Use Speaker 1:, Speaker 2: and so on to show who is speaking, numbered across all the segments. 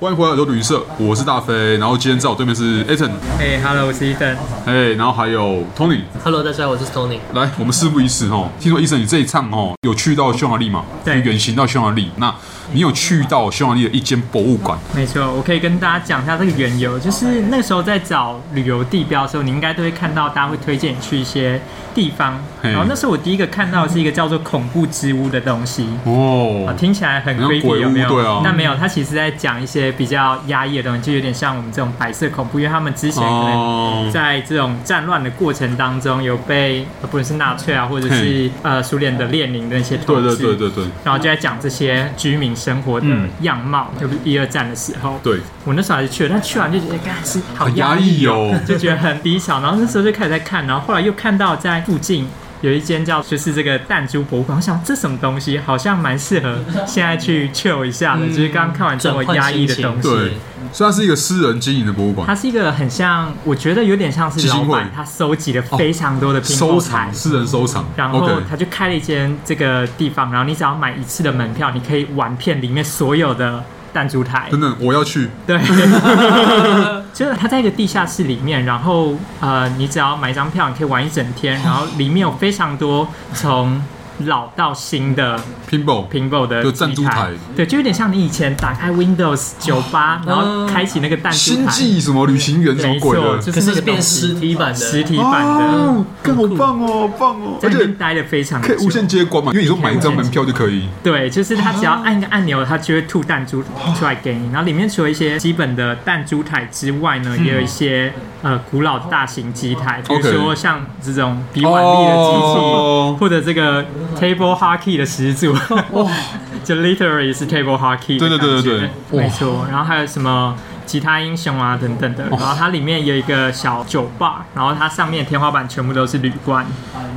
Speaker 1: 欢迎回来，我旅社，我是大飞。然后今天在我对面是 Aton，
Speaker 2: 哎、h e l l o 我是 Ethan。
Speaker 1: 哎，然后还有 Tony。
Speaker 3: Hello，大家好，我是 Tony。
Speaker 1: 来，我们事不宜迟哦。听说医生，你这一趟哦，有去到匈牙利吗？
Speaker 2: 对
Speaker 1: 远行到匈牙利。那你有去到匈牙利的一间博物馆？
Speaker 2: 没错，我可以跟大家讲一下这个缘由，就是那时候在找旅游地标的时候，你应该都会看到大家会推荐你去一些地方。
Speaker 1: 嘿
Speaker 2: 然后那时候我第一个看到的是一个叫做恐怖之屋的东西。啊，
Speaker 1: 哦，
Speaker 2: 听起来很
Speaker 1: 好像
Speaker 2: creepy
Speaker 1: 鬼屋
Speaker 2: 有没有？
Speaker 1: 对啊
Speaker 2: 但没有，它其实在讲一些比较压抑的东西，就有点像我们这种白色恐怖，因为他们之前可
Speaker 1: 哦
Speaker 2: 能在这种战乱的过程当中有被，呃不论是纳粹啊，或者是呃苏联的列宁的那些
Speaker 1: 对
Speaker 2: 统
Speaker 1: 对
Speaker 2: 治，
Speaker 1: 对对对
Speaker 2: 然后就在讲这些居民生活的
Speaker 1: 嗯
Speaker 2: 样貌，就是一二战的时候。
Speaker 1: 对，
Speaker 2: 我那时候还是去了，但去完就觉得，干是好
Speaker 1: 好压
Speaker 2: 哦 压抑
Speaker 1: 抑哦。
Speaker 2: 就觉得很低潮，然后那时候就开始在看，然后后来又看到在附近有一间叫就是这个弹珠博物馆，我想这什么东西，好像蛮适合现在去 chill 一下的，就是刚刚看完这么压抑的东
Speaker 3: 转换心情
Speaker 2: 西。
Speaker 1: 对，虽然是一个私人经营的博物馆
Speaker 2: 它，是一个很像，我觉得有点像是
Speaker 1: 基金
Speaker 2: 老
Speaker 1: 会
Speaker 2: 板他收集了非常多的拼
Speaker 1: 收
Speaker 2: 凑材
Speaker 1: 藏，，私人收藏。
Speaker 2: 然后
Speaker 1: OK，
Speaker 2: 他就开了一间这个地方，然后你只要买一次的门票，你可以玩遍里面所有的弹珠台。
Speaker 1: 等等，我要去。
Speaker 2: 对， 就是它在一个地下室里面，然后呃，你只要买一张票，你可以玩一整天，然后里面有非常多从老到新的
Speaker 1: Pinball，
Speaker 2: 苹果的
Speaker 1: 就弹珠
Speaker 2: 机
Speaker 1: 台
Speaker 2: 对，就有点像你以前打开 Windows 酒吧，然后开启那个弹珠
Speaker 1: 星
Speaker 2: 台，
Speaker 1: 啊际什么旅行员什么
Speaker 2: 没
Speaker 1: 鬼
Speaker 2: 错，
Speaker 1: 的？
Speaker 2: 就
Speaker 3: 可
Speaker 2: 那
Speaker 3: 是
Speaker 2: 个
Speaker 3: 变
Speaker 2: 东
Speaker 3: 实
Speaker 2: 西，
Speaker 3: 体版的，
Speaker 2: 实体版的，
Speaker 1: 哦，更好棒哦，好棒哦，
Speaker 2: 在
Speaker 1: 而
Speaker 2: 里
Speaker 1: 且
Speaker 2: 面待了非常久
Speaker 1: 可以无限接关嘛，因为你说买一张门票就可以。
Speaker 2: 对，就是它只要按一个按钮，它就会吐弹珠出来给你。然后里面除了一些基本的弹珠台之外呢，也有一些呃古老的大型机台，比
Speaker 1: 嗯
Speaker 2: 如
Speaker 1: OK
Speaker 2: 说像这种比腕力的机
Speaker 1: 哦
Speaker 2: 器，或者这个 table hockey 的始祖，哇， 就 literally 是 table hockey 的
Speaker 1: 对对对对
Speaker 2: 感觉
Speaker 1: 对
Speaker 2: 没错。然后还有什么？吉他英雄啊，等等的，然后它里面有一个小酒吧，然后它上面天花板全部都是铝罐，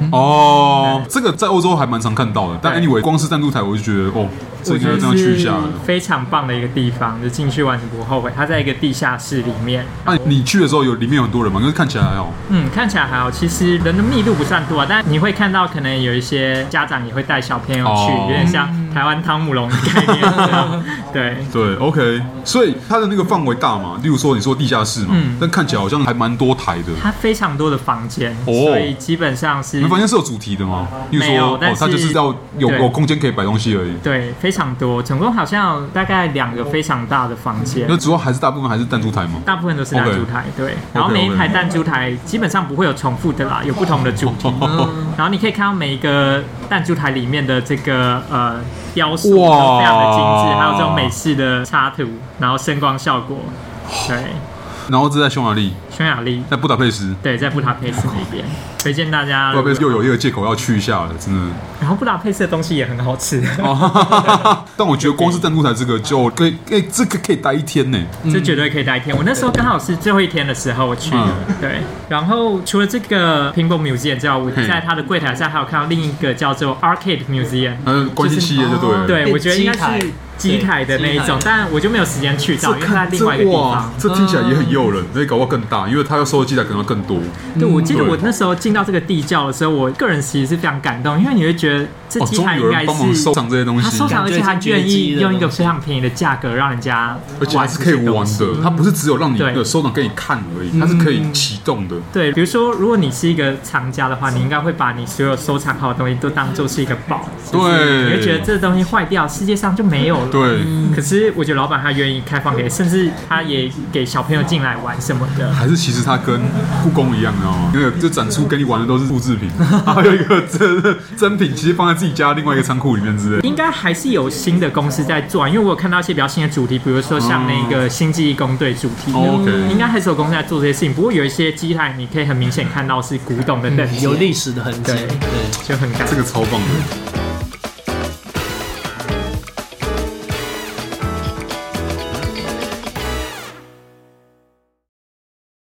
Speaker 1: 哦，这个在欧洲还蛮常看到的，但
Speaker 2: 嗯对
Speaker 1: anyway，光是赞助台我就觉得哦，这
Speaker 2: 我
Speaker 1: 应
Speaker 2: 觉
Speaker 1: 该
Speaker 2: 得
Speaker 1: 这样去一下
Speaker 2: 是。非常棒的一个地方，就进去完全不后悔。它在一个地下室里面，
Speaker 1: 那、啊你去的时候有里面有很多人嘛？可是看起来还好。
Speaker 2: 嗯，看起来还好，其实人的密度不算多啊，但你会看到可能有一些家长也会带小朋友去，
Speaker 1: 哦
Speaker 2: 有点像台湾汤姆龙的概念 这样，对。
Speaker 1: 对，OK，所以它的那个范围大嘛，例如说你说地下室嘛，
Speaker 2: 嗯
Speaker 1: 但看起来好像还蛮多台的。
Speaker 2: 它非常多的房间，
Speaker 1: 哦
Speaker 2: 所以基本上
Speaker 1: 你
Speaker 2: 是
Speaker 1: 们房间是有主题的吗？例如
Speaker 2: 没
Speaker 1: 说，
Speaker 2: 有
Speaker 1: 哦
Speaker 2: 但，是
Speaker 1: 它就是要有
Speaker 2: 对
Speaker 1: 有空间可以摆东西而已。
Speaker 2: 对非常多，总共好像大概两个非常大的房间
Speaker 1: 那。主要还是大部分还是弹珠台吗？
Speaker 2: 大部分都是弹珠台对。然后每一台弹珠台基本上不会有重复的啦，有不同的主题。然后你可以看到每一个弹珠台里面的这个呃雕塑都
Speaker 1: 哇
Speaker 2: 非常的精致，还有这种美式的插图，然后声光效果。对，
Speaker 1: 然后这在匈牙利，
Speaker 2: 匈牙利
Speaker 1: 在布达佩斯，
Speaker 2: 对，在布达佩斯那边推荐大家
Speaker 1: 布。达佩斯又有一个借口要去一下了，真的。
Speaker 2: 然后布达佩斯的东西也很好吃，
Speaker 1: 哦哈哈哈哈， 但我觉得光是弹珠台这个就可以，哎、这个可以待一天呢。
Speaker 2: 这绝对可以待一天。我那时候刚好是最后一天的时候我去
Speaker 1: 嗯
Speaker 2: 的，对。然后除了这个 Pinball Museum 之外，我
Speaker 1: 嘿
Speaker 2: 在它的柜台上还有看到另一个叫做 Arcade Museum，
Speaker 1: 嗯，关系企业就对了。
Speaker 2: 对，
Speaker 3: 变
Speaker 2: 我觉得应该是机
Speaker 3: 机
Speaker 2: 台
Speaker 3: 台
Speaker 2: 的那一种
Speaker 3: 对机台，
Speaker 2: 但我就没有时间去
Speaker 1: 这
Speaker 2: 找，因为它
Speaker 1: 看
Speaker 2: 在另外一个地方。嗯
Speaker 1: 这听起来也很诱人，所以搞不好更大，因为它要收的机台可能要更多。
Speaker 2: 对，我记得
Speaker 1: 嗯对
Speaker 2: 我那时候进到这个地窖的时候，我个人其实是非常感动，因为你会觉得这
Speaker 1: 哦，
Speaker 2: 机
Speaker 1: 终
Speaker 2: 台
Speaker 1: 于
Speaker 2: 应
Speaker 1: 有
Speaker 2: 该
Speaker 1: 人
Speaker 2: 是
Speaker 1: 帮忙收藏这些东
Speaker 2: 他收
Speaker 1: 西，
Speaker 2: 藏，而且他愿意用一个非常便宜的价格让人家
Speaker 1: 而且还
Speaker 2: 玩
Speaker 1: 是可以玩
Speaker 2: 这些东西
Speaker 1: 的。它不是只有让你
Speaker 2: 对嗯
Speaker 1: 的收藏给你看而已，它是可以启动的。
Speaker 2: 对，比如说，如果你是一个藏家的话，你应该会把你所有收藏好的东西都当做是一个宝，你会觉得
Speaker 1: 对，
Speaker 2: 这东西坏掉，世界上就没有了。
Speaker 1: 对，
Speaker 2: 可是我觉得老板他愿意开放给，甚至他也给小朋友进来玩什么的。
Speaker 1: 还是其实它跟故宫一样，哦你知道吗？那个就展出给你玩的都是复制品， 还有一个真真品，其实放在自己家另外一个仓库里面之类的。
Speaker 2: 应该还是有新的公司在做，因为我有看到一些比较新的主题，比如说像那个星际义工队主题，
Speaker 1: 哦，OK
Speaker 2: 应该还是有公司在做这些事情。不过有一些机台，你
Speaker 1: 嗯
Speaker 2: 可以很明显看到是古董的等级，
Speaker 3: 有历史的痕迹。
Speaker 2: 对
Speaker 3: 对，
Speaker 2: 就很感
Speaker 1: 这个超棒的。